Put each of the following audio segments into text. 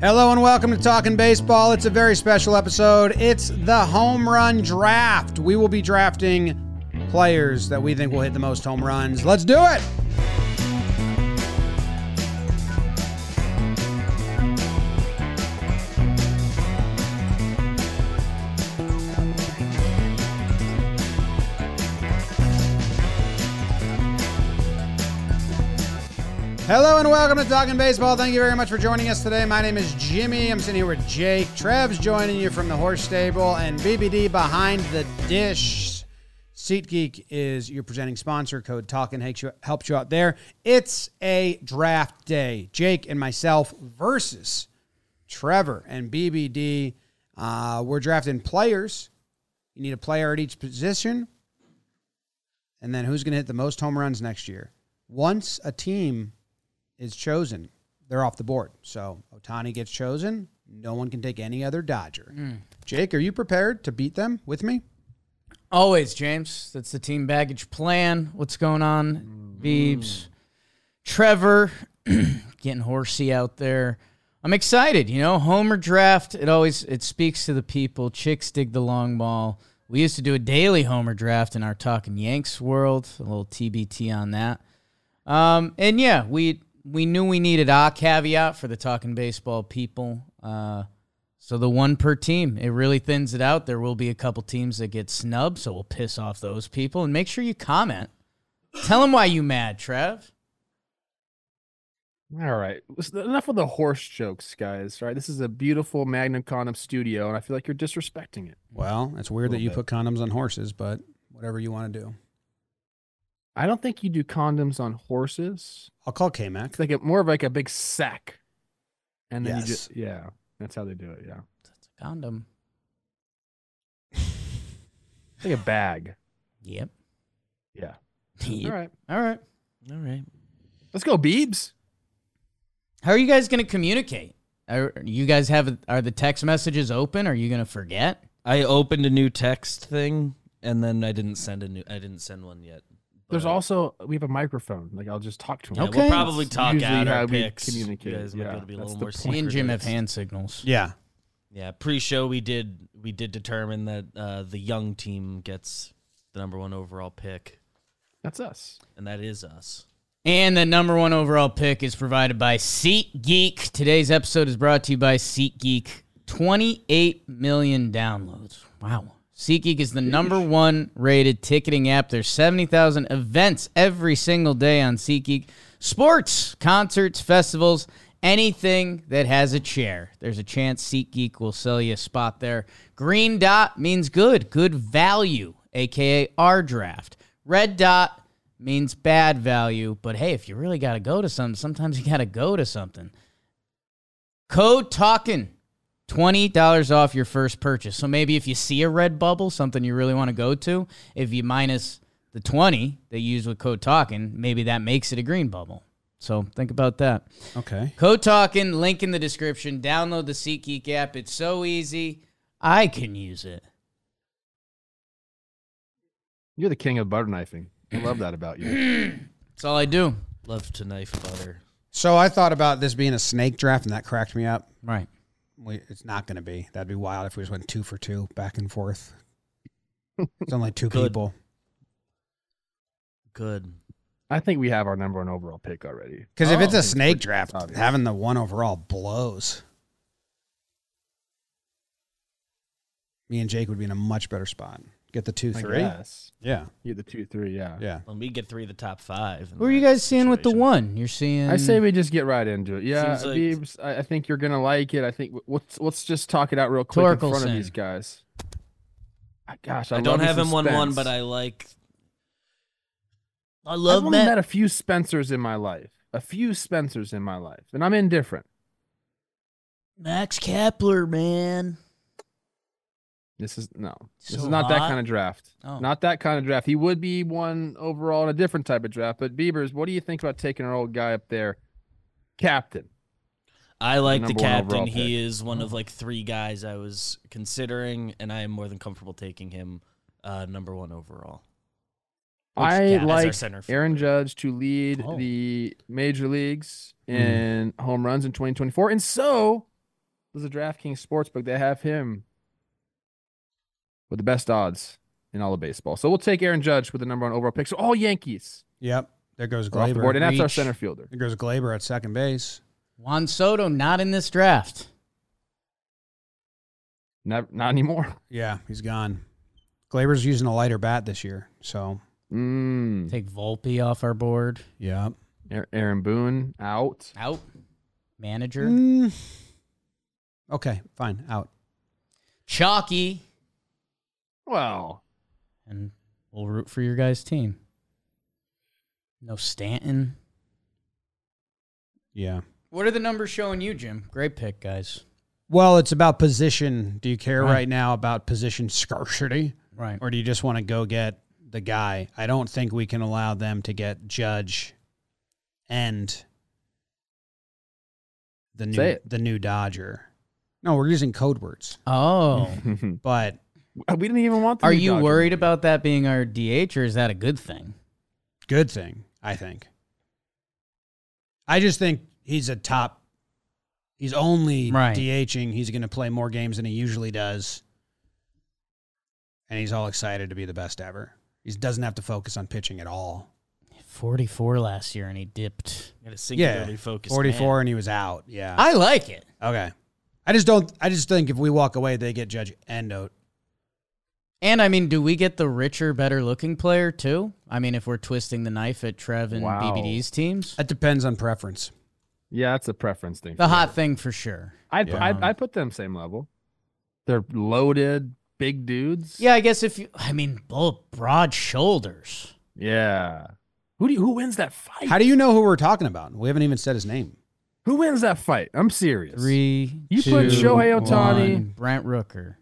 Hello and welcome to Talking Baseball. It's a very special episode. It's the home run draft. We will be drafting players that we think will hit the most home runs. Let's do it. Hello and welcome to Talking Baseball. Thank you very much for joining us today. My name is Jimmy. I'm sitting here with Jake. Trev's joining you from the horse stable and BBD behind the dish. SeatGeek is your presenting sponsor. Code Talking helps you, helps you out there. It's a draft day. Jake and myself versus Trevor and BBD. Uh, we're drafting players. You need a player at each position. And then who's going to hit the most home runs next year? Once a team is chosen, they're off the board. So Otani gets chosen. No one can take any other Dodger. Jake, are you prepared to beat them with me? Always, James. That's the team baggage plan. What's going on, Beebs? Trevor, getting horsey out there. I'm excited. You know, Homer draft. It always it speaks to the people. Chicks dig the long ball. We used to do a daily Homer draft in our talking Yanks world. A little TBT on that. Um, and yeah, we we knew we needed a caveat for the talking baseball people. Uh, so the one per team, it really thins it out. There will be a couple teams that get snubbed, so we'll piss off those people. And make sure you comment. Tell them why you mad, Trev. All right. Listen, Enough of the horse jokes, guys. All right. This is a beautiful Magnum Condom studio, and I feel like you're disrespecting it. Well, it's weird that Little you bit. put condoms on horses, but whatever you want to do. I don't think you do condoms on horses. I'll call K Mac. It's like a, more of like a big sack. And then Yes. you just, yeah, that's how they do it. Yeah. That's a condom. It's like a bag. Yep. Yeah. Yep. All right. All right. All right. Let's go, Beebs. How are you guys going to communicate? Are you guys have are the text messages open? Are you going to forget? I opened a new text thing and then I didn't send a new I didn't send one yet. There's but- also, we have a microphone. Like, I'll just talk to him. Yeah, Okay. We'll probably That's talk usually out how our we picks. You communicate, guys might be yeah, able to be a that's little the more point. Me and secretive. Jim have hand signals. Yeah. Yeah, pre-show we did we did determine that uh, the young team gets the number one overall pick, That's us. and that is us. And the number one overall pick is provided by SeatGeek. Today's episode is brought to you by SeatGeek. 28 million downloads. Wow. SeatGeek is the number one rated ticketing app. There's 70,000 events every single day on SeatGeek. Sports, concerts, festivals, anything that has a chair. There's a chance SeatGeek will sell you a spot there. Green dot means good, good value, aka our draft. Red dot means bad value, but hey, if you really got to go to something, sometimes you got to go to something. Code talking. $20 off your first purchase. So maybe if you see a red bubble, something you really want to go to, if you minus the 20 that you use with code talking, maybe that makes it a green bubble. So think about that. Okay. Code talking, link in the description. Download the SeatGeek app. It's so easy. I can use it. You're the king of butter knifing. I love that about you. That's all I do. Love to knife butter. So I thought about this being a snake draft, and that cracked me up. Right. We, it's not going to be. That'd be wild if we just went two for two back and forth. It's only two Good. people. Good. I think we have our number one overall pick already. Because if it's Oh. a snake draft, obvious. having the one overall blows. Me and Jake would be in a much better spot. Get the two, I three. guess. Yeah. You're the two, three, yeah. Yeah. When we get three of the top five. in Who are you that guys seeing with the situation. one? You're seeing. I say we just get right into it. Yeah, Seems like- Biebs, I, I think you're gonna like it. I think w- let's let's just talk it out real quick in front of Torkelson. these guys. Ah, Gosh, I, I don't love the have him one one, suspense. but I like. I I've love only Matt. met a few Spencers in my life. A few Spencers in my life, and I'm indifferent. Max Kepler, man. This is no. This So is not that hot. kind of draft. Oh. Not that kind of draft. He would be one overall in a different type of draft. But Beavers, what do you think about taking our old guy up there, captain? I like the number one captain. overall Mm-hmm. He is one of like three guys I was considering, and I am more than comfortable taking him uh, number one overall. Which I counts as our like center Aaron fielder. Judge to lead Oh. Mm-hmm. the major leagues in home runs in 2024. And so There's a DraftKings sportsbook. They have him with the best odds in all of baseball. So we'll take Aaron Judge with the number one overall pick. So all Yankees Yep. There goes are off the board, Glaber. and that's our Reach. center fielder. There goes Glaber at second base. Juan Soto not in this draft. Not, not anymore. Yeah, he's gone. Glaber's using a lighter bat this year, so Mm. Take Volpe off our board. yeah. Aa- Aaron Boone out. Out. Manager. Mm. Okay, fine. Out. Chalky. Well, And we'll root for your guys' team. No Stanton. Yeah. What are the numbers showing you, Jim? Great pick, guys. Well, it's about position. Do you care Right. right now about position scarcity, Right. or do you just want to go get the guy? I don't think we can allow them to get Judge and the Say new it. the new Dodger. No, we're using code words, Oh. we but didn't even want. The Are new you Dodger. worried about that being our DH or is that a good thing? good thing, I think. I just think he's a top. He's only Right. DHing. He's going to play more games than he usually does. And he's all excited to be the best ever. He doesn't have to focus on pitching at all. 44 last year and he dipped. Got a singularly focused. 44 man. and he was out. Yeah. I like it. okay. I just don't I just think if we walk away they get Judge Endo. And I mean, do we get the richer, better looking player too? I mean, if we're twisting the knife at Trev and Wow. BBD's teams, That depends on preference. Yeah, that's a preference thing. the hot thing for sure. I'd, Yeah. I'd, I'd put them same level. They're loaded, big dudes. Yeah, I guess if you, I mean, both broad shoulders. Yeah. Who do you, who wins that fight? How do you know who we're talking about? We haven't even said his name. who wins that fight? I'm serious. Three. You put two, Shohei Ohtani- one, Brent Rooker.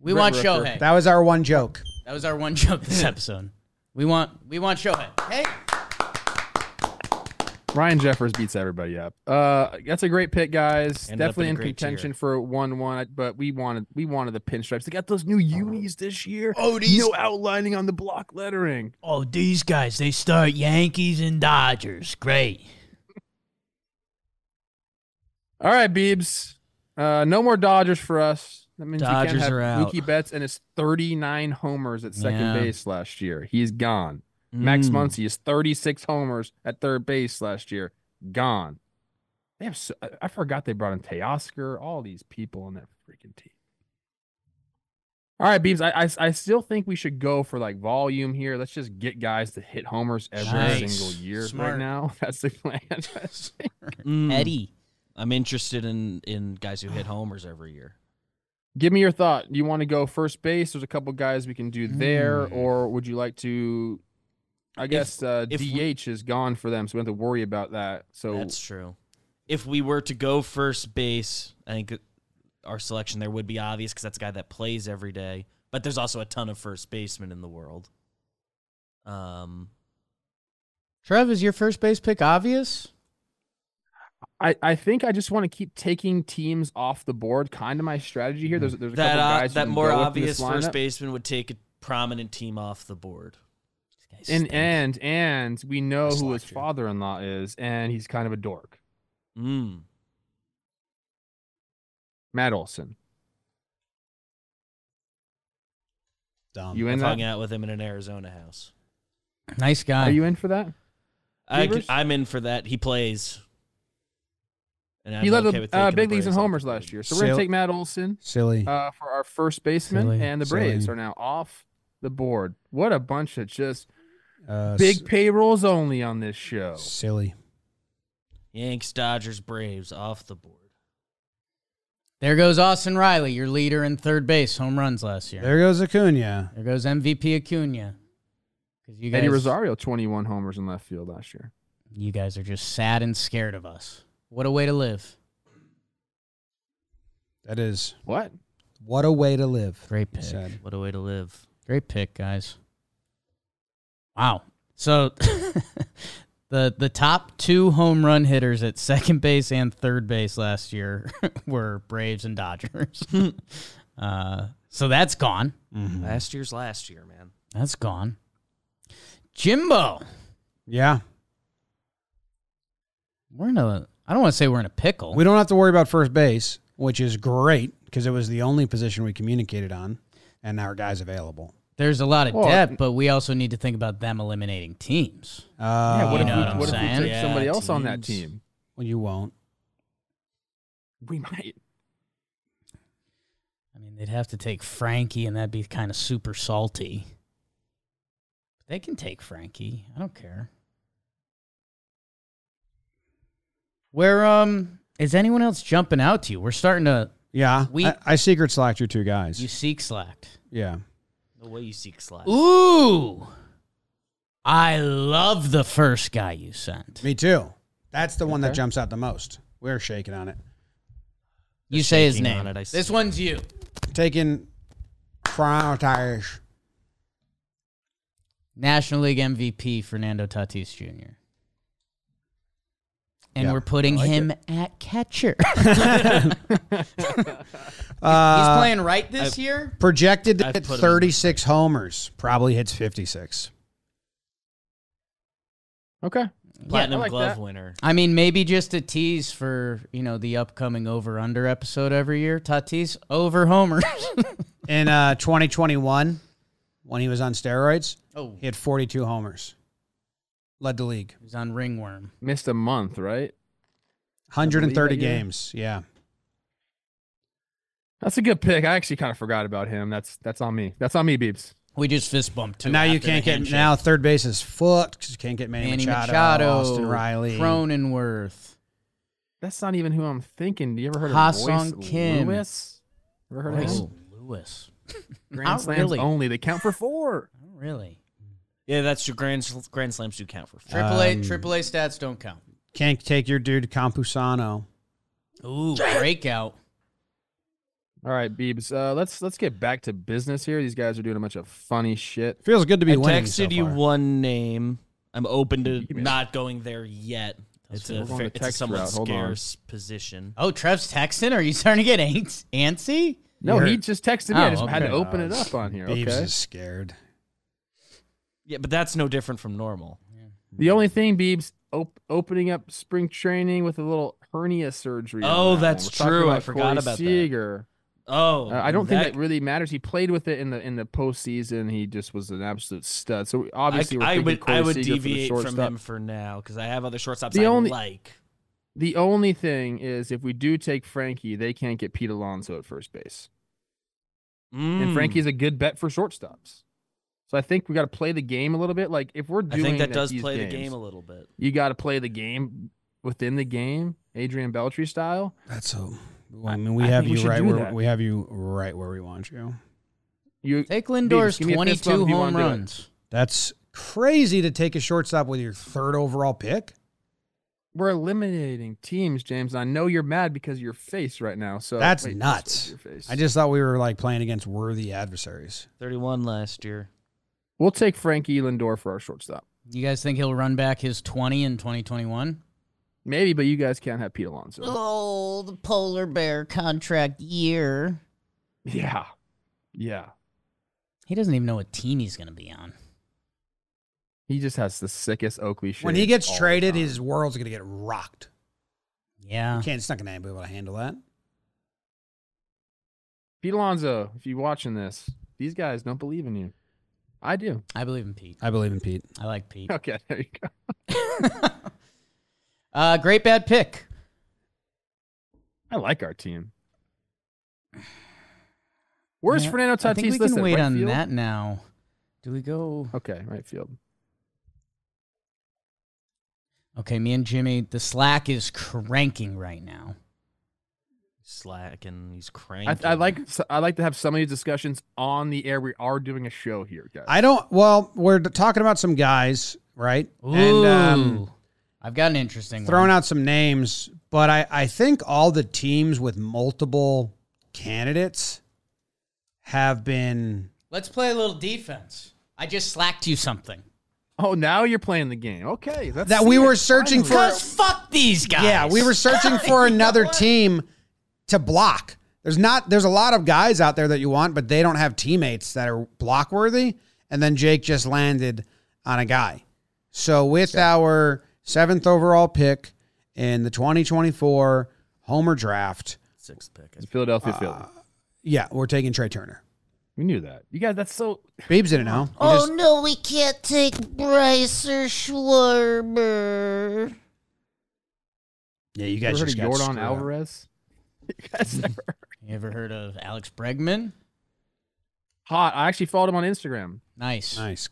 We want Brent Rooker. Shohei. That-, That was our one joke. was our one joke this episode. We want we want Shohei. Hey, Ryan Jeffers beats everybody up. Uh, that's a great pick, guys. Ended up Definitely in a in great contention tier. for one one, but we wanted we wanted the pinstripes. They got those new Uh-huh. unis this year. oh these No outlining on the block lettering. oh these guys they start Yankees and Dodgers. Great. All right, Beebs. Uh, no more Dodgers for us. That means we Dodgers can't are have out. Mookie Betts and his 39 homers at second Yeah. base last year. He's gone. Max Mm. Muncy is 36 homers at third base last year. Gone. They have. So, I- I forgot they brought in Teoscar. All these people on that freaking team. All right, Beebs. I, I I still think we should go for like volume here. Let's just get guys to hit homers every Nice. single year right Smart. now. That's the plan. Mm. Eddie. I'm interested in in guys who hit homers every year. Give me your thought. You want to go first base? There's a couple guys we can do there, Mm. or would you like to? I guess uh, if we- DH is gone for them, so we don't have to worry about that. So That's true. If we were to go first base, I think our selection there would be obvious because that's a guy that plays every day. But there's also a ton of first basemen in the world. Um, Trev is your first base pick obvious? I, I think I just want to keep taking teams off the board. Kind of my strategy here. There's there's a that couple uh, guys you that can more go with in obvious this first lineup. baseman would take a prominent team off the board. These guys And stink. and and we know who his Slacker. father-in-law is, and he's kind of a dork. Mm. Matt Olson. Dumb. You in I've that? hung out with him in an Arizona house. nice guy. Are you in for that? I, Beavers? am in for that. He plays. And I'm he led okay the with uh, taking big leagues in Braves off homers the board. last year, so we're gonna Sil- take Matt Olson. Silly. uh, for our first baseman, Silly, and the Braves silly. are now off the board. What a bunch of just Uh, big s- payrolls only on this show. silly. Yanks, Dodgers, Braves off the board. There goes Austin Riley, your leader in third base, home runs last year. There, There goes Acuna. goes MVP Acuna. 'Cause You Eddie guys- Rosario, 21 homers in left field last year. You guys are just sad and scared of us. What a way to live. That is What? what a way to live. Great pick. Sad. What a way to live. Great pick, guys. Wow. So the the top two home run hitters at second base and third base last year were Braves and Dodgers. uh, so that's gone. Mm-hmm. Mm. Last year's last year, man. That's gone. Jimbo. Yeah. We're in a I don't want to say we're in a pickle. We don't have to worry about first base, which is great because it was the only position we communicated on, and our guy's available. There's a lot of Well, depth, but we also need to think about them eliminating teams. Uh, yeah, what you if know we, what I'm what if we saying? take somebody Yeah, else on that teams. team? well, you won't. We might. I mean, they'd have to take Frankie, and that'd be kind of super salty. But they can take Frankie. I don't care. Where um is anyone else jumping out to you? We're starting to Yeah, We- I, I secret slacked your two guys. you seek slacked. yeah, The way you seek slack. Ooh, I love the first guy you sent. me too. That's the one that Okay. jumps out the most. We're shaking on it. You say his shaking name. on it, I see. this one's you. Taking prioritize. National League MVP Fernando Tatis Jr. And Yeah, we're putting him at catcher. Uh, He's playing right this year. projected to I've hit put him in. 36 homers. Probably hits 56. Okay. Platinum I like glove that. winner. I mean, maybe just a tease for you know the upcoming over under episode every year. Tatis over homers. In uh, 2021, when he was on steroids, oh, he had 42 homers. Led the league. he's on ringworm. Missed a month, right? I 130 believe that, yeah. games. Yeah. That's a good pick. I actually kind of forgot about him. That's that's on me. That's on me, Beebs. We just fist bumped. Too And now you after the can't get handshake. now third base is fucked 'cause you can't get Manny, Manny Machado, Machado, Austin Riley. Cronenworth. That's not even who I'm thinking. Do you ever heard of Ha-Sung Royce Kim. Lewis? Ever heard of Royce him? Oh, Lewis. Grand slams really. only. They count for four. Oh, really? Yeah, that's true. Grand sl- grand slams do count for. Uh, Sure. Triple A Um, Triple A stats don't count. Can't take your dude Campusano. Ooh, breakout. All right, Beebs. Uh, let's let's get back to business here. These guys are doing a bunch of funny shit. Feels good to be I winning. texted so you far. one name. I'm open to Give me a- not going there yet. It's We're a, going fair, the it's a text somewhat route. Hold on. scarce position. Oh, Trev's texting. Are you starting to get ants- antsy? No, You he heard- just texted me. I Oh, just had to okay. open it up on here. Beebs okay. is scared. Yeah, but that's no different from normal. The only thing, Beebs, op- opening up spring training with a little hernia surgery. on Oh, that one. that's We're talking true. I about forgot Corey about that. Seager. Oh, Uh, I don't think that really matters. He played with it in the in the postseason. He just was an absolute stud. So obviously, we're I, I thinking would Corey I would Seager for the deviate from shortstop. him for now because I have other shortstops The I only- like. The only thing is, if we do take Frankie, they can't get Pete Alonso at first base, and Mm. Frankie's a good bet for shortstops. So I think we got to play the game a little bit. Like if we're I doing, think that at does these play games, the game a little bit. You got to play the game within the game, Adrian Beltry style. That's so. I- I mean, we I have think we you should right do where that. we have you right where we want you. You Take Lindor's Beavis, give me a fist bump twenty-two if you home wanna do it. runs. That's crazy to take a shortstop with your third overall pick. we're eliminating teams, James. I know you're mad because of your face right now. So That's this nuts. way, Your face. I just thought we were like playing against worthy adversaries. Thirty-one last year. We'll take Frankie Lindor for our shortstop. You guys think he'll run back his twenty in twenty twenty-one? Maybe, but you guys can't have Pete Alonso. Oh, the polar bear contract year. Yeah. Yeah. He doesn't even know what team he's going to be on. He just has the sickest Oakley shit. when he gets traded, his world's gonna get rocked. Yeah, Can't. It's not gonna be able to handle that. Pete Alonso, if you're watching this, these guys don't believe in you. I do. I believe in Pete. I believe in Pete. I like Pete. Okay, there you go. uh, great bad pick. I like our team. Where's Yeah, Fernando Tatis I think we listed? can wait Right on field? that now. Do we go? Okay, right field. Okay, me and Jimmy. The slack is cranking right now. Slack and he's cranky. I, I like I like to have some of these discussions on the air. We are doing a show here, guys. I don't. Well, we're talking about some guys, right? Ooh, And um, I've got an interesting throwing one. out some names, but I, I think all the teams with multiple candidates have been. Let's play a little defense. I just slacked you something. oh, now you're playing the game. Okay, that's That we were searching for- Cause fuck these guys. Yeah, we were searching for another team to block. There's not. There's a lot of guys out there that you want, but they don't have teammates that are block worthy. And then Jake just landed on a guy. So with our seventh overall pick in the 2024 Homer draft. Sixth pick. It's Philadelphia Uh, Philly. Yeah, we're taking Trey Turner. We knew that. You guys, that's so. Biebs didn't know. He Oh just- no, we can't take Bryce or Schwarber. yeah, you You guys ever heard of just got Jordan screwed up. Alvarez? You guys never. You ever heard of Alex Bregman? Hot. I actually followed him on Instagram. Nice. Nice.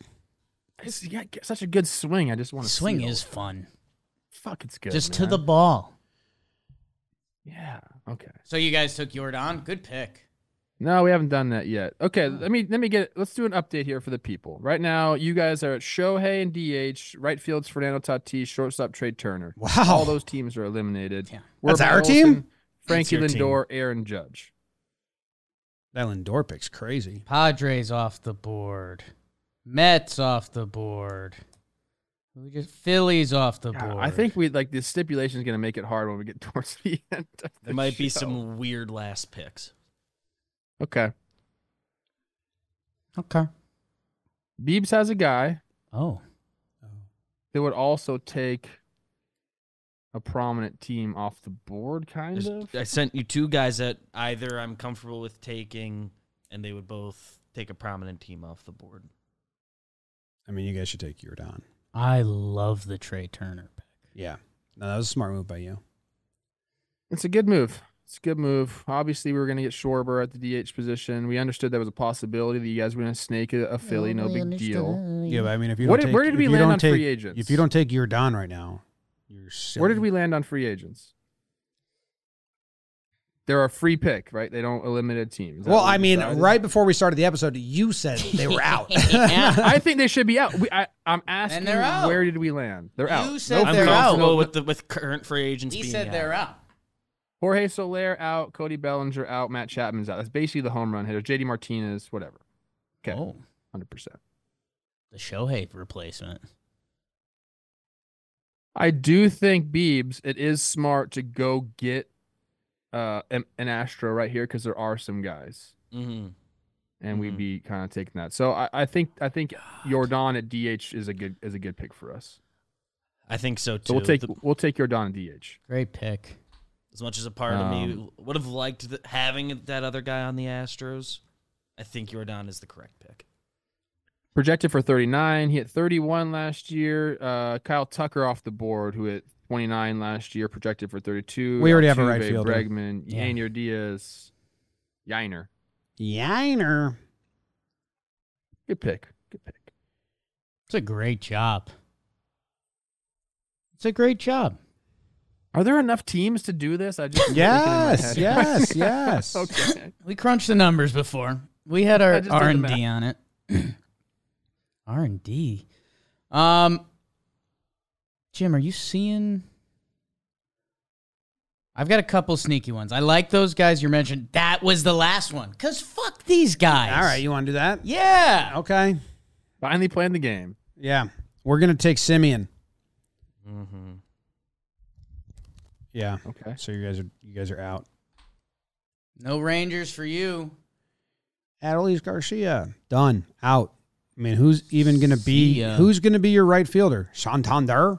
I just, he got such a good swing. I just want to Swing is fun. fuck. It's good. Just to man. the ball. yeah. Okay. So you guys took Jordan. Good pick. No, we haven't done that yet. Okay, Hmm. let me let me get let's do an update here for the people. Right now, you guys are at Shohei and DH, right field's Fernando Tatis, shortstop Trade Turner. Wow. All those teams are eliminated. Yeah. That's Matt our team? Frankie That's Lindor, your Aaron Judge. that Lindor pick's crazy. Padres off the board. Mets off the board. We just Phillies off the Yeah, board. I think we like the stipulation is going to make it hard when we get towards the end. Of the There might be show. some weird last picks. Okay, Okay. Beebs has a guy Oh. that would also take a prominent team off the board, kind There's- of. I sent you two guys that either I'm comfortable with taking, and they would both take a prominent team off the board. I mean, you guys should take Jordan. I love the Trey Turner pick. Yeah. No, that was a smart move by you. It's a good move. It's a good move. Obviously, we were going to get Schwarber at the DH position. We understood that was a possibility that you guys were going to snake a, a Philly. no big deal. Yeah, but I mean, if you What don't did- take, where did if we you land don't on take, free agents? If you don't take Jordan right now, you're silly. Where did we land on free agents? They're a free pick, right? They don't eliminate a team. Is that Well, what we I mean, decided? right before we started the episode, you said they were out. Yeah. I think they should be out. We, I, I'm asking, they're out. where did we land? They're out. You said I'm they're out. comfortable with the with current free agents. He being said out. they're out. Jorge Soler out. Cody Bellinger out. Matt Chapman's out. That's basically the home run hitter. JD Martinez, whatever. Okay, Oh, 100%. the Shohei replacement. I do think Beebs, it is smart to go get uh an, an Astro right here because there are some guys. Mhm. And we'd Mm-hmm. Mhm. be kind of taking that. So I, I think I think Jordan at DH is a good is a good pick for us. I think so too. So we'll take The- we'll take Jordan at DH. Great pick. as much as a part of me would have liked th- having that other guy on the Astros. I think Jordan is the correct pick. Projected for 39. He hit 31 last year. Uh Kyle Tucker off the board, who hit 29 last year, projected for 32. We already have a right Altuve, fielder. Bregman, Yeah. Yanier Diaz, Yiner. Yiner. Good pick. Good pick. It's a great job. It's a great job. Are there enough teams to do this? I just Yes, thinking in my head. yes, yes. okay. We crunched the numbers before. We had I our just did the R and D math. on it. R and D. Um, Jim, are you seeing? I've got a couple sneaky ones. I like those guys you mentioned. That was the last one. Cause fuck these guys. All right, you want to do that? yeah. Okay. Finally playing the game. Yeah. We're going to take Simeon. Mm-hmm. Yeah. Okay. So you guys are you guys are out. No Rangers for you. Adelise Garcia. Done. Out. I mean, who's even going to be See ya. who's going to be your right fielder? Santander?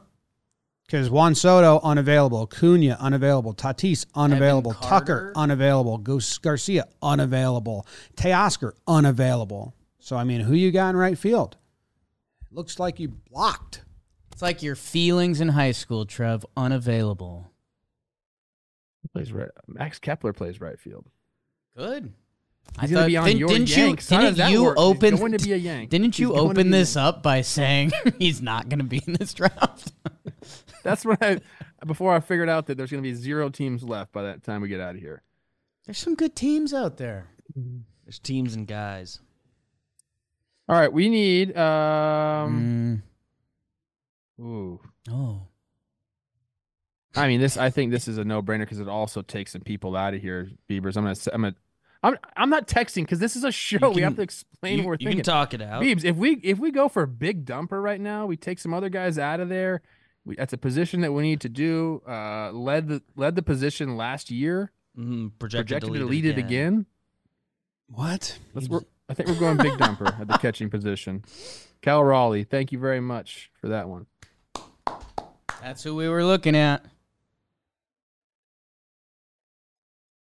Cuz Juan Soto unavailable, Cunha unavailable, Tatis unavailable, Evan Tucker Carter? unavailable, Goose Garcia unavailable, Teoscar unavailable. So I mean, who you got in right field? Looks like you blocked. It's like your feelings in high school, Trev. Unavailable. Who Plays right. Max Kepler plays right field. Good. He's gonna be on your Yanks. How you does didn't that you work? He's open going to be a Yank. Didn't you He's going to open be a this up by saying he's not going to be in this draft? uh, That's when I before I figured out that there's going to be zero teams left by that time we get out of here. There's some good teams out there. There's teams and guys. All right, we need um Mm. ooh. oh, I mean, this I think this is a no-brainer cuz it also takes some people out of here, Beavers. I'm going to I'm going to I'm, I'm not texting cuz this is a show. we have can- to explain You, what we're you thinking. can talk it out. Beebs, if we if we go for big dumper right now, we take some other guys out of there. We, that's a position that we need to do. Uh, led the led the position last year. Mhm, Projected, Projected to deleted lead it again. What? Let's work, I think we're going big dumper at the catching position. Cal Raleigh, thank you very much for that one. that's who we were looking at.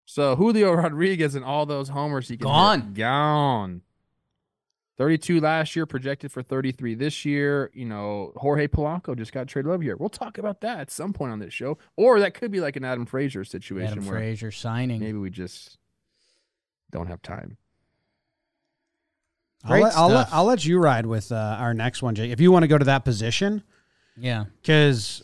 So Julio Rodriguez and all those homers he can hit, Gone. gone. 32 last year, projected for 33 this year. You know, Jorge Polanco just got traded over here. We'll talk about that at some point on this show. Or that could be like an Adam Frazier situation Adam where Frazier signing. maybe we just don't have time. I'll, let, I'll, let, stuff. I'll let you ride with uh, our next one, Jake. If you want to go to that position, Yeah. because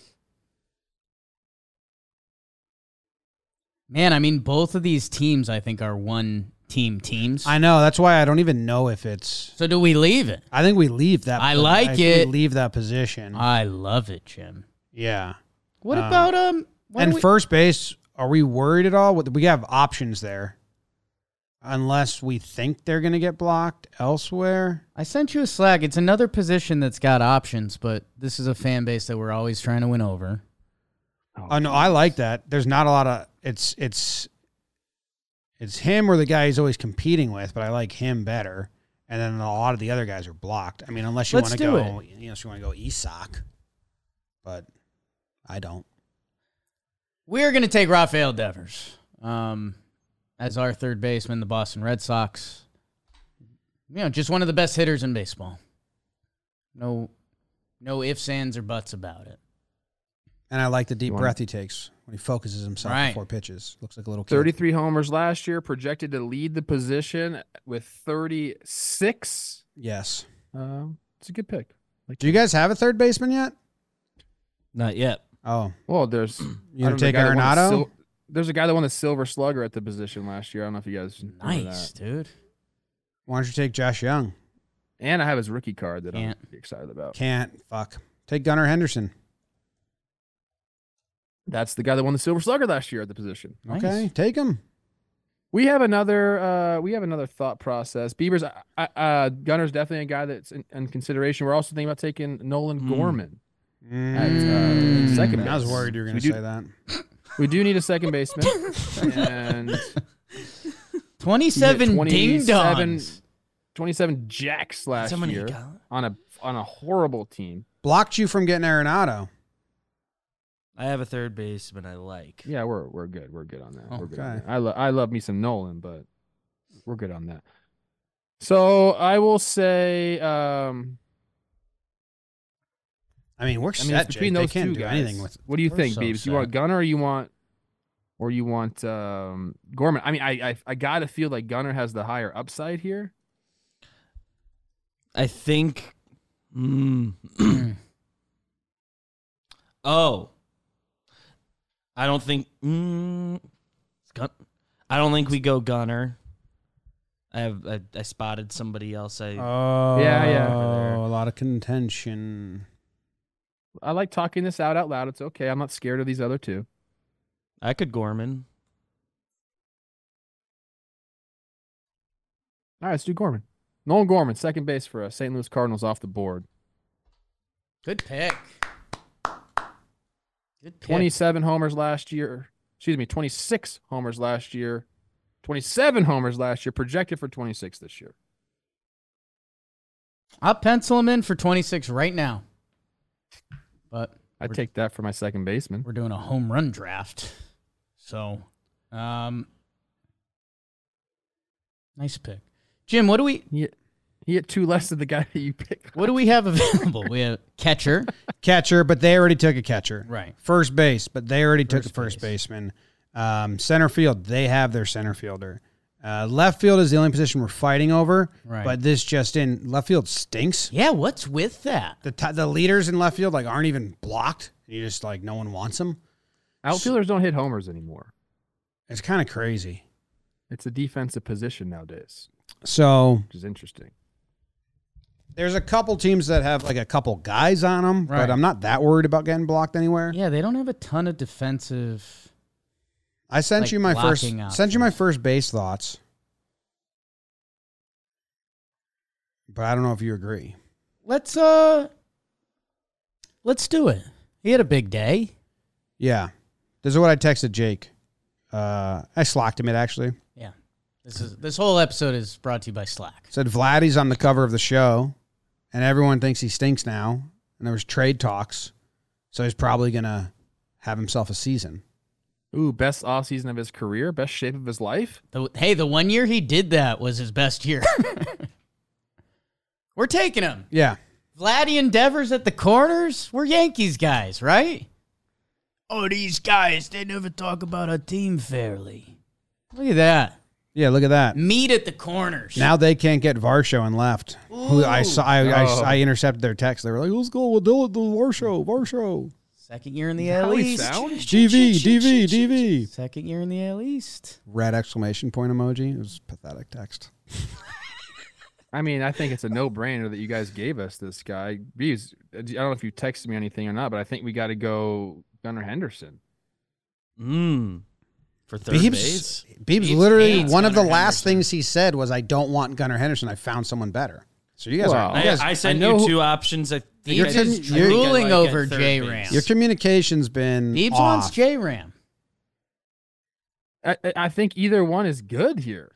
Man, I mean, both of these teams, I think, are one team teams. I know that's why I don't even know if it's. so do we leave it? I think we leave that. I like think we it. Uh, leave that position. I love it, Jim. yeah. What Um, about um? why and don't we- first base, are we worried at all? What- We have options there, unless we think they're going to get blocked elsewhere. I sent you a slack. It's another position that's got options, but this is a fan base that we're always trying to win over. Oh no, I like that. There's not a lot of it's it's it's him or the guy he's always competing with, but I like him better. And then a lot of the other guys are blocked. I mean, unless you Let's want to do go, unless you want to go Esoc, but I don't. We're going to take Rafael Devers um, as our third baseman, the Boston Red Sox. You know, just one of the best hitters in baseball. No, no ifs, ands, or buts about it. And I like the deep You wanna- breath he takes when he focuses himself Right. before pitches. Looks like a little kid. 33 homers last year, projected to lead the position with 36. Yes. Um, it's a good pick. Do you guys have a third baseman yet? Not yet. Oh, Well, there's You I gonna don't know, the take guy that won the Arenado? sil- there's a guy that won the Silver Slugger at the position last year. I don't know if you guys remember Nice, that. dude. why don't you take Josh Young? And I have his rookie card that Can't. I'm pretty excited about. Can't. Fuck. Take Gunnar Henderson. That's the guy that won the Silver Slugger last year at the position. Nice. Okay, take him. We have another uh we have another thought process. Beavers I, I, uh Gunner's definitely a guy that's in, in consideration. We're also thinking about taking Nolan Mm. Gorman. Mm. uh, second Hmm. I was base. worried you were So going we to do- say that. We do need a second baseman. and 27 ding 27 dongs. 27 jacks last Somebody year got- on a on a horrible team. Blocked you from getting Arenado. I have a third baseman I like. Yeah, we're we're good. We're good on that. We're good. On Okay. that. I love I love me some Nolan, but we're good on that. So I will say, um, I mean, we're I set. mean, it's Jake. between those they can't two do guys. anything with. what do you We're think, so Beebs? You want set. Gunner, or you want, or you want um, Gorman? I mean, I, I I gotta feel like Gunner has the higher upside here. I think. Mm. oh, I don't think. Mm, it's gun- I don't think we go Gunner. I have. I, I spotted somebody else. I Uh, Oh, Yeah, yeah. A lot of contention. I like talking this out out loud. It's okay. I'm not scared of these other two. I could Gorman. All right, let's do Gorman. Nolan Gorman, second base for us. St. Louis Cardinals off the board. Good pick. Good pick. 27 homers last year. Excuse me, 26 homers last year. 27 homers last year, projected for 26 this year. I'll pencil him in for 26 right now. But I'd We're- take that for my second baseman. we're doing a home run draft. So, um, nice pick, Jim. What do we He hit, he hit two less than the guy that you picked. what do we have available? we have catcher, Catcher, but they already took a catcher. right? First base, but they already took First a first base. baseman. Um, center field, they have their center fielder. Uh, left field is the only position we're fighting over. Right. But this just in, left field stinks. Yeah, what's with that? The t- the leaders in left field like aren't even blocked. You just like no one wants them. Outfielders don't hit homers anymore. It's kind of crazy. It's a defensive position nowadays, So which is interesting. there's a couple teams that have like a couple guys on them, Right. but I'm not that worried about getting blocked anywhere. Yeah, they don't have a ton of defensive. I sent Like you my first blocking options. sent you my first base thoughts, but I don't know if you agree. Let's uh, let's do it. He had a big day. Yeah, this is what I texted Jake. Uh, I slocked him it actually. Yeah, this is this whole episode is brought to you by Slack. Said Vladdy's on the cover of the show, and everyone thinks he stinks now. And there was trade talks, so he's probably gonna have himself a season. Ooh, best off season of his career, best shape of his life. The, hey, the one year he did that was his best year. We're taking him. Yeah. Vladdy Endeavors at the corners. We're Yankees guys, right? Oh, these guys, they never talk about our team fairly. Look at that. Yeah, look at that. Meet at the corners. Now they can't get Varsho and left. Who I saw, I, Oh. I, I intercepted their text. They were like, "Let's go, we'll do it, the Varsho, Varsho, Second year in the How AL he East. sound? DV, DV, DV." Second year in the AL East. Red exclamation point emoji. It was pathetic text. I mean, I think it's a no brainer that you guys gave us this guy. Bees, I don't know if you texted me anything or not, but I think we got to go Gunnar Henderson. Mm. For third Beebs, base. Beebs, Beebs literally hates one of the Gunnar last Henderson. things he said was, "I don't want Gunnar Henderson. I found someone better." So you guys Wow. are I, you guys, I sent Oh, know you who- two options. I think You're I sending- just- you're- I think I Drooling like at over third J. base. Ram. your communication's been Beebs off. wants J Ram. I, I- I think either one is good here.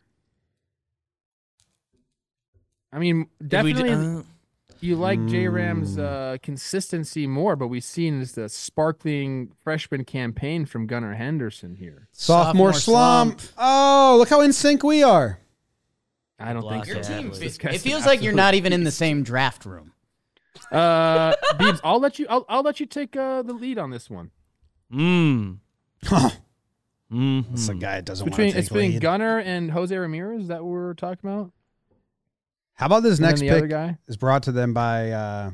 I mean, Did we- definitely uh, you like J Ram's mm. uh, consistency more, but we've seen this the sparkling freshman campaign from Gunnar Henderson here. sophomore, slump. Oh, look how in sync we are. I don't think Block so. it. team This It guy's an feels like you're not absolute even in the same draft room. Uh, Beebs, I'll let you. I'll, I'll let you take uh, the lead on this one. Mm. It's Mm. a guy that doesn't Between want to it's take between lead. Gunner and Jose Ramirez. Is that what we're talking about? How about this And then next the pick other guy. is brought to them by uh,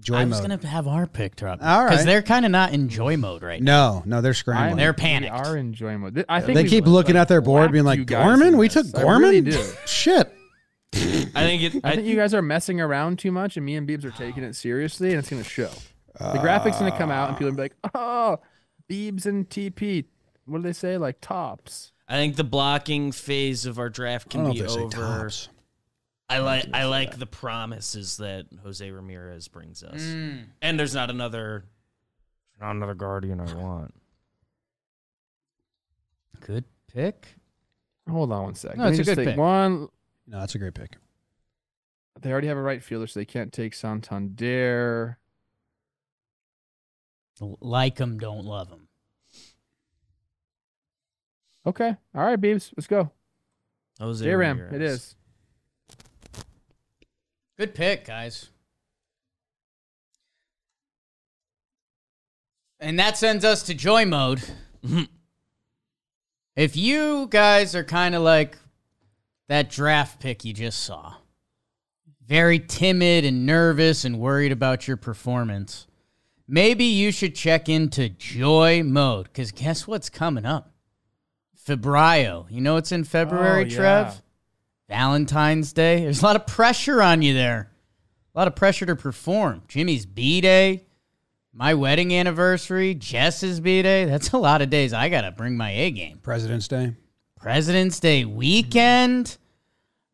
Joy I Mode? was gonna have our pick drop All because right. they're kind of not in joy mode right now. No, no, they're scrambling. They're we panicked. are enjoying mode. Th- I think they we've, keep looking at their board, whacked being like, you guys in "Gorman, we this. took I Gorman." really do. Shit. I think it. I I think you guys are messing around too much, and me and Beebs are taking it seriously, and it's gonna show. The graphic's gonna come out, and people are gonna be like, "Oh, Beebs and TP." What do they say? Like tops. I think the blocking phase of our draft I don't can know if be they say over. tops. I like I like the promises that Jose Ramirez brings us, Mm. and there's not another, not another guardian I want. Good pick. Hold on one second. No, Let it's me a just good take pick. One. No, that's a great pick. They already have a right fielder, so they can't take Santander. Like them, don't love them. Okay. All right, Beebs. Let's go. Jose J Ram. Ramirez. It is. Good pick, guys. And that sends us to joy mode. if you guys are kind of like that draft pick you just saw, very timid and nervous and worried about your performance, maybe you should check into joy mode because guess what's coming up? Febrio. You know what's in February, Oh, Trev? yeah. Valentine's Day. There's a lot of pressure on you there. A lot of pressure to perform. Jimmy's B Day, my wedding anniversary, Jess's B Day. That's a lot of days I got to bring my A game. President's Day. President's Day weekend.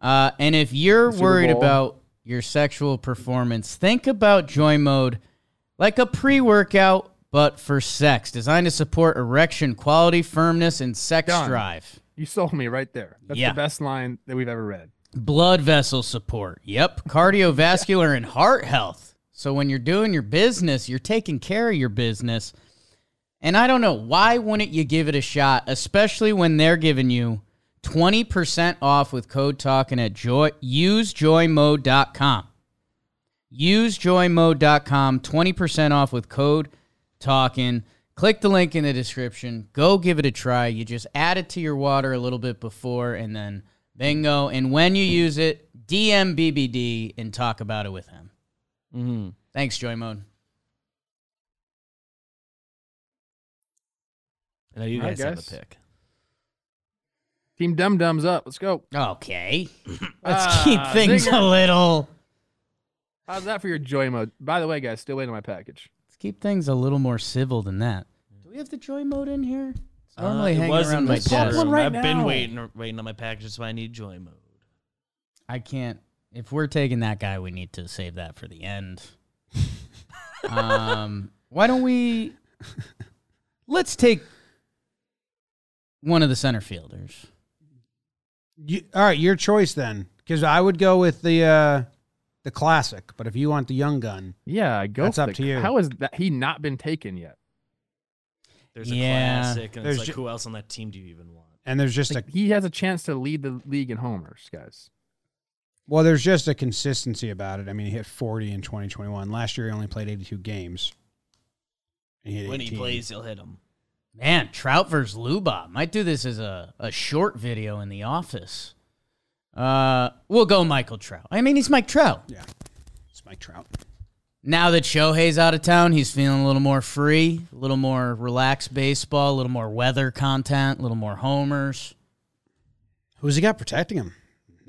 Uh, and if you're Super worried Bowl. about your sexual performance, think about Joy Mode like a pre workout, but for sex, designed to support erection quality, firmness, and sex Done. drive. You sold me right there. That's Yeah. the best line that we've ever read. Blood vessel support. Yep. Cardiovascular and heart health. So when you're doing your business, you're taking care of your business. And I don't know, why wouldn't you give it a shot, especially when they're giving you 20% off with code talking at joy usejoymode.com. Usejoymode.com, 20% off with code talking. Click the link in the description. Go give it a try. You just add it to your water a little bit before and then bingo. And when you use it, DM BBD and talk about it with him. Mhm. Thanks, Joy Mode. I know you I guys have a guess. pick. Team Dum Dums up. Let's go. Okay. Let's Ah, keep things a zinger. little How's that for your joy mode? By the way, guys, still waiting on my package. let's keep things a little more civil than that. Do we have the Joy Mode in here? It's normally Uh, it hanging was in around my this desk. room. one right I've now. been waiting waiting on my package. That's why I need joy mode. I can't. If we're taking that guy, we need to save that for the end. um, why don't we? Let's take one of the center fielders. You, all right, your choice then, because I would go with the uh, the classic. But if you want the young gun, Yeah, go. That's for up the- to you. How has that he not been taken yet? There's a Yeah. classic, and There's it's like, ju- who else on that team do you even want? And there's just a Like, he has a chance to lead the league in homers, guys. well, there's just a consistency about it. I mean, he hit 40 in 2021. Last year, he only played 82 games. And hit When he 18. plays, he'll hit him. Man, Trout versus Luba. Might do this as a, a short video in the office. Uh, we'll go Michael Trout. I mean, he's Mike Trout. yeah, it's Mike Trout. Now that Shohei's out of town, he's feeling a little more free, a little more relaxed baseball, a little more weather content, a little more homers. Who's he got protecting him?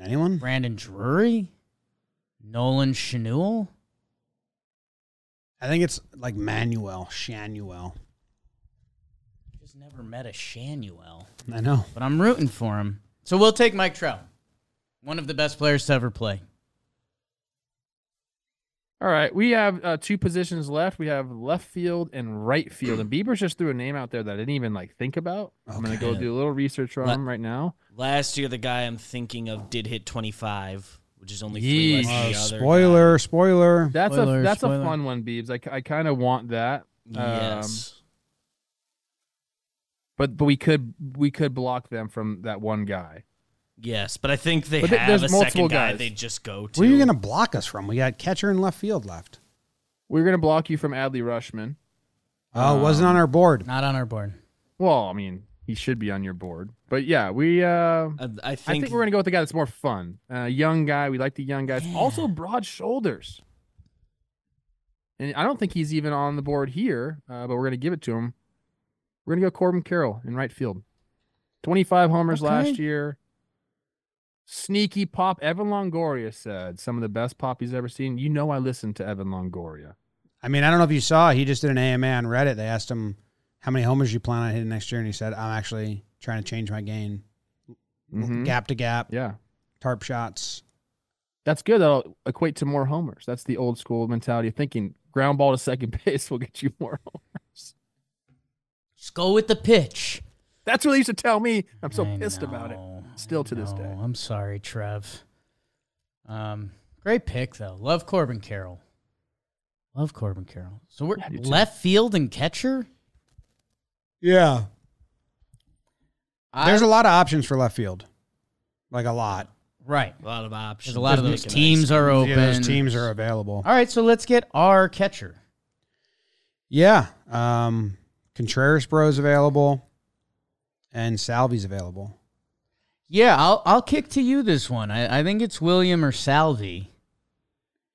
Anyone? Brandon Drury, Nolan Chenul. I think it's like Manuel Shanuel. Just never met a Shanuel, I know. but I'm rooting for him. So we'll take Mike Trout, one of the best players to ever play. All right, we have uh, two positions left. We have left field and right field. And Bieber's just threw a name out there that I didn't even like think about. I'm gonna go Okay. do a little research on Let- him right now. Last year, the guy I'm thinking of did hit 25, which is only Yeesh. three less than Uh, the other. guy. spoiler, spoiler. That's Spoiler, a that's spoiler. a fun one, Biebs. I, I kind of want that. Um, Yes. but but we could we could block them from that one guy. yes, but I think they But th- have there's a multiple second guy guys. they just go to. Where are you going to block us from? We got catcher and left field left. We're gonna block you from Adley Rushman. Um, Oh, it wasn't on our board. Not on our board. Well, I mean, he should be on your board. But yeah, we. Uh, I, I I think, think we're gonna go with the guy that's more fun. Uh, young guy. We like the young guys. Also, broad shoulders. And I don't think he's even on the board here, uh, but we're gonna give it to him. We're gonna go Corbin Carroll in right field. Twenty-five homers Okay. last year. Sneaky pop. Evan Longoria said some of the best pop he's ever seen. You know, I listened to Evan Longoria. I mean, I don't know if you saw, he just did an AMA on Reddit. They asked him how many homers you plan on hitting next year, and he said, "I'm actually trying to change my gain, Mm-hmm. Mhm. gap to gap, Yeah, tarp shots." that's good. That'll equate to more homers. That's the old school mentality of thinking. Ground ball to second base will get you more homers. Just go with the pitch. That's what they used to tell me. I'm so I pissed about it. know, Still I to this day. know. I'm sorry, Trev. Um, great pick though. Love Corbin Carroll. Love Corbin Carroll. So we're Yeah, I do too. left field and catcher. Yeah, I- there's a lot of options for left field, like a lot. right. a lot of options. There's a lot of They're those picking teams us. are open. Yeah, those teams are available. All right, so let's get our catcher. Yeah, um, Contreras Bros available, and Salvi's available. Yeah, I'll I'll kick to you this one. I, I think it's William or Salvi.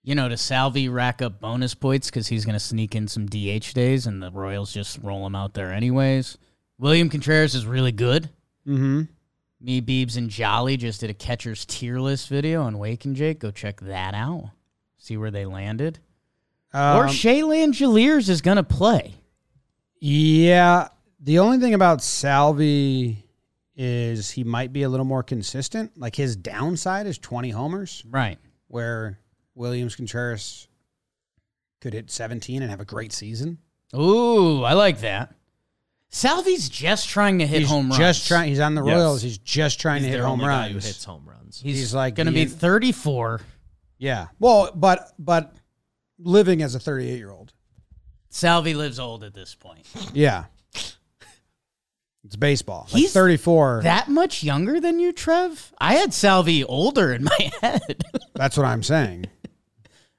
You know, to Salvi rack up bonus points because he's going to sneak in some DH days, and the Royals just roll him out there anyways. William Contreras is really good. Mm-hmm. Me, Beebs, and Jolly just did a catcher's tier list video on Wake and Jake. Go check that out. See where they landed. or Um, Shaylan Jaliers is going to play. yeah, the only thing about Salvi is he might be a little more consistent. Like his downside is 20 homers. Right. where Williams Contreras could hit 17 and have a great season. Ooh, I like that. Salvi's just trying to hit he's home runs. just trying. He's on the Yes. Royals. He's just trying He's to hit their home only guy who runs. hits home runs. He's, he's like like going to be the- 34. Yeah. Well, but but living as a 38 year old. Salvi lives old at this point. Yeah. It's baseball. Like He's 34. That much younger than you, Trev? I had Salvi older in my head. that's what I'm saying.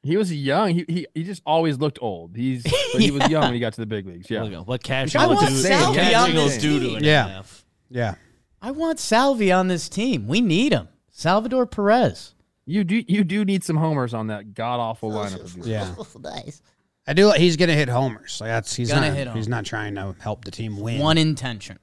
He was young. He he, he just always looked old. He's but he was young when he got to the big leagues. Look Yeah. at What cash I will want do, Salvi cash on will this do team. to an Yeah. MF. Yeah. I want Salvi on this team. We need him. Salvador Perez. You do you do need some homers on that god awful lineup of yours. Yeah. nice. I do. He's gonna hit homers. Like that's he's Gonna not. hit home. he's not trying to help the team win. One intention.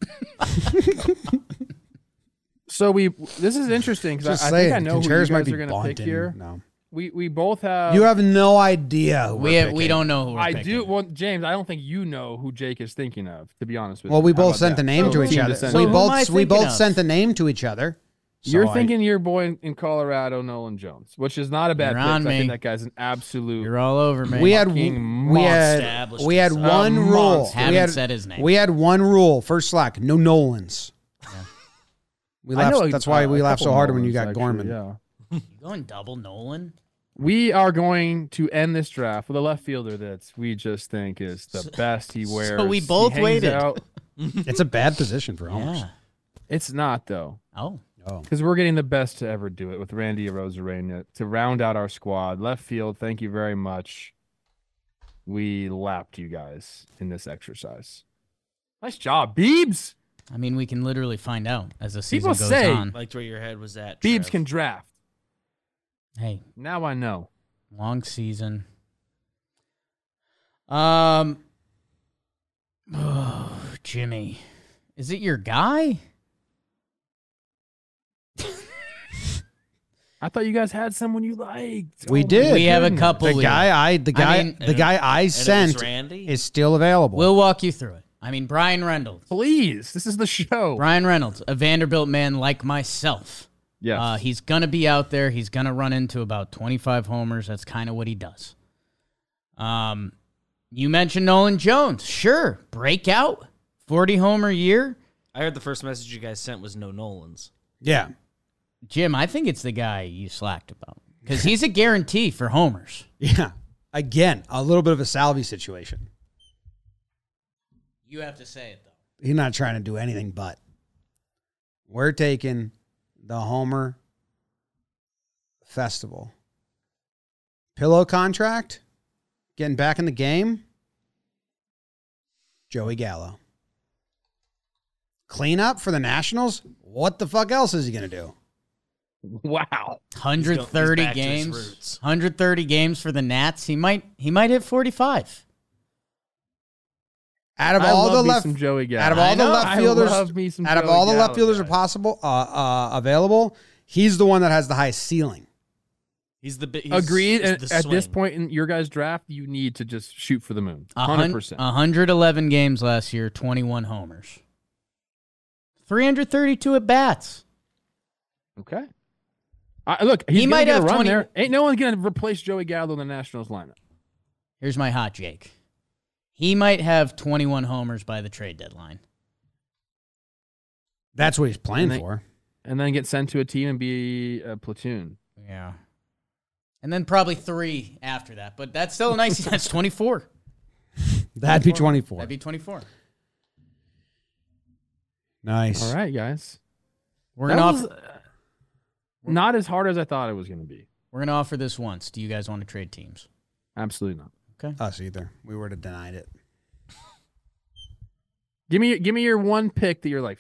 So we this is interesting because Just I, I saying, think I know who you Contreras guys might be are gonna pick bunting. here. Uh, No, We we both have. you have no idea. Who we we're we picking. don't know who we're I picking. do. Well, James, I don't think you know who Jake is thinking of. To be honest with Well, you. we How both about sent that? the name to Team each other. send- So we who am I both we thinking both of? sent the name to each other. So You're I- thinking your boy in- in Colorado, Nolan Jones, which is not a bad You're pick. on 'cause I me. think that guy's an absolute. You're all over me. we had Fucking we had established we had himself. one A rule. monster. We haven't had, said his name. we had one rule. First slack, no Nolans. We I laughed. know a- that's why uh, we a laughed so couple hard when you got Nolans, Gorman. actually, Yeah. You going double Nolan? We are going to end this draft with a left fielder that we just think is the best he wears. we He both hangs waited. out It's a bad position for homers. Yeah. It's not though, Oh. Oh, because we're getting the best to ever do it with Randy Rosarena to round out our squad. Left field, thank you very much. We lapped you guys in this exercise. Nice job, Beebs. I mean, we can literally find out as the season People goes say- on. Liked where your head was at. Beebs Trev. can draft. Hey, Now I know. long season. Um, oh, Jimmy, is it your guy? I thought you guys had someone you liked. we Oh my did. We have a goodness. couple. the here. guy I the guy mean- the guy I And it was sent Randy. is still available. We'll walk you through it. I mean, Brian Reynolds. Please, this is the show. Brian Reynolds, a Vanderbilt man like myself. Yes. Uh, he's going to be out there. He's going to run into about 25 homers. That's kind of what he does. Um, you mentioned Nolan Jones. Sure. Breakout, 40 homer year. I heard the first message you guys sent was no Nolans. yeah, Jim, I think it's the guy you slacked about because he's a guarantee for homers. yeah. Again, a little bit of a Salvi situation. You have to say it, though. He's not trying to do anything but. We're taking the Homer Festival. Pillow contract, getting back in the game. Joey Gallo. Cleanup for the Nationals. What the fuck else is he going to do? wow. He's 130 back to his games. roots. 130 games for the Nats. He might he might hit 45. Out of I all love the me left, some Joey Gallo. out of I all the know. left I fielders, love me some out of Joey all the left Gallo, fielders are guys. possible uh, uh, available, he's the one that has the highest ceiling. He's the bi- he's, Agreed. he's and the at this swing. point in your guys' draft, you need to just shoot for the moon. A hun- uh, Hundred percent. 111 games last year, 21 homers. 332 at bats. Okay. I, look, he's He gonna might get a have run 20 there. Ain't no one gonna replace Joey Gallo in the Nationals lineup. Here's my hot Jake. He might have 21 homers by the trade deadline. That's what he's playing And they- for. And then get sent to a team and be a platoon. Yeah. And then probably three after that. But that's still a nice. that's 24. That'd be 24. That'd be 24. nice. All right, guys. We're That gonna was, offer, uh, not as hard as I thought it was gonna be. we're gonna offer this once. Do you guys want to trade teams? Absolutely not. Us either. We would have denied it. Give me give me your one pick that you're like,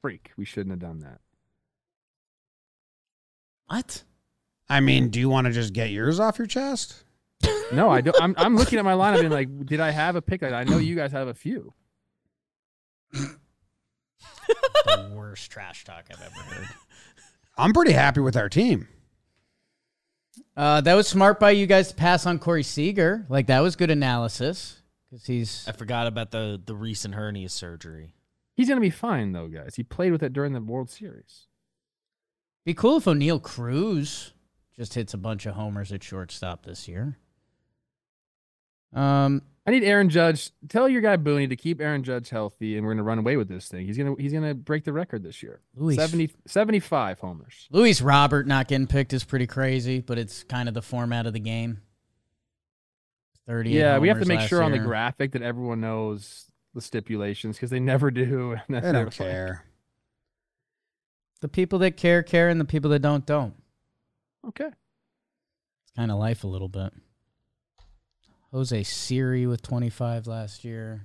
freak, we shouldn't have done that. What? I mean, do you want to just get yours off your chest? No, I don't. I'm, I'm looking at my lineup and like, did I have a pick? I know you guys have a few. the worst trash talk I've ever heard. I'm pretty happy with our team. Uh, that was smart by you guys to pass on Corey Seager. Like that was good analysis because he's I forgot about the the recent hernia surgery. He's gonna be fine though, guys. He played with it during the World Series. Be cool if O'Neill Cruz just hits a bunch of homers at shortstop this year. Um, I need Aaron Judge. Tell your guy Booney to keep Aaron Judge healthy, and we're gonna run away with this thing. He's gonna he's gonna break the record this year. Luis. 70, 75 homers. Luis Robert not getting picked is pretty crazy, but it's kind of the format of the game. Thirty. Yeah, we have to make sure on the graphic that everyone knows the stipulations because they never do. And I then they're don't like, care. The people that care care, and the people that don't don't. Okay. It's kind of life a little bit. Jose Siri with twenty five last year.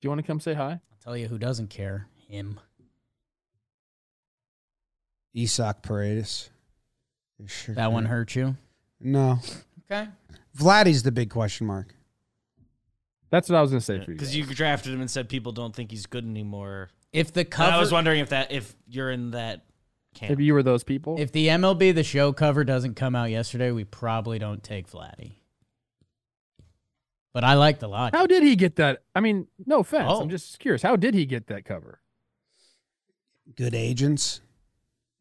Do you want to come say hi? I'll tell you who doesn't care. Him. Isak Paredes. You sure That one can- hurt you. No. Okay. Vladdy's the big question mark. That's what I was gonna say for you. Because you drafted him and said people don't think he's good anymore. If the And cover, I was wondering if that if you're in that camp. if you were those people. if the MLB the Show cover doesn't come out yesterday, we probably don't take Vladdy. But I like the logic. How did he get that? I mean, no offense. Oh. I'm just curious. How did he get that cover? Good agents.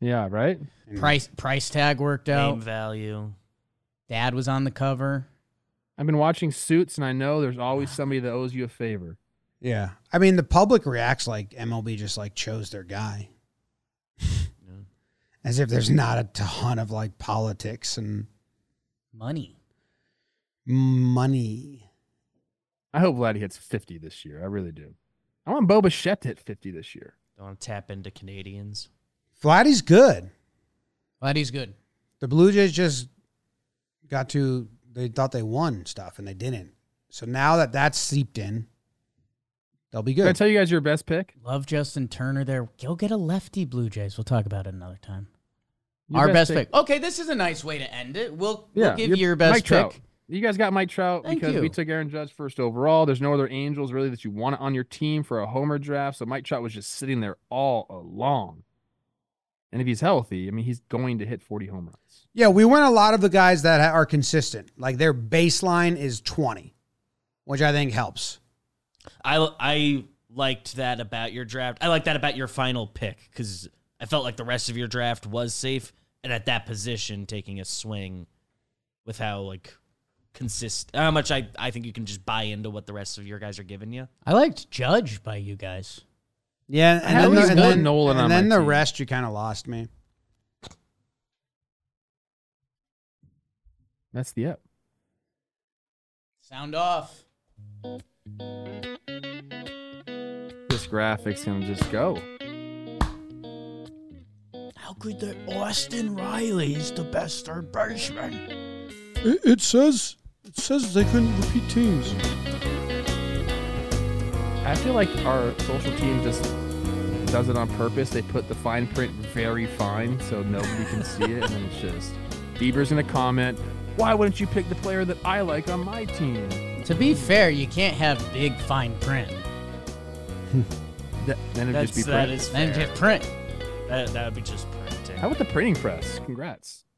Yeah, right? price price tag worked out. Name value. Dad was on the cover. I've been watching Suits and I know there's always somebody that owes you a favor. Yeah. I mean, the public reacts like MLB just like chose their guy. As if there's not a ton of like politics and Money. money. I hope Vladdy hits 50 this year. I really do. I want Boba Shep to hit 50 this year. Don't want to tap into Canadians. Vladdy's good. Glad he's good. The Blue Jays just got to they thought they won stuff and they didn't. So now that that's seeped in, they'll be Did I good. tell you guys your best pick? Love Justin Turner there. Go get a lefty Blue Jays. We'll talk about it another time. Your Our best, pick. Okay, this is a nice way to end it. We'll, we'll give you your best Mike pick. Trout. You guys got Mike Trout Thank because you. we took Aaron Judge first overall. There's no other Angels really that you want on your team for a homer draft. So Mike Trout was just sitting there all along. And if he's healthy, I mean, he's going to hit 40 home runs. Yeah, we went a lot of the guys that are consistent. Like their baseline is 20, which I think helps. I I liked that about your draft. I like that about your final pick because I felt like the rest of your draft was safe, and at that position, taking a swing with how like consist how much I I think you can just buy into what the rest of your guys are giving you. I liked Judge by you guys. Yeah, I and then, always the, and got then, Nolan and on then my the team. rest you kind of lost me. That's the up. Sound off. This graphic's going to just go. How could the Austin Riley's the best third baseman? It, it says it says they couldn't repeat teams. I feel like our social team just does it on purpose. They put the fine print very fine so nobody can see it. And then it's just Bieber's going to comment, why wouldn't you pick the player that I like on my team? To be fair, you can't have big fine print. Th- then it'd That's just be that print. is Then fair. just print. that, that would be just printing. How about the printing press? Congrats.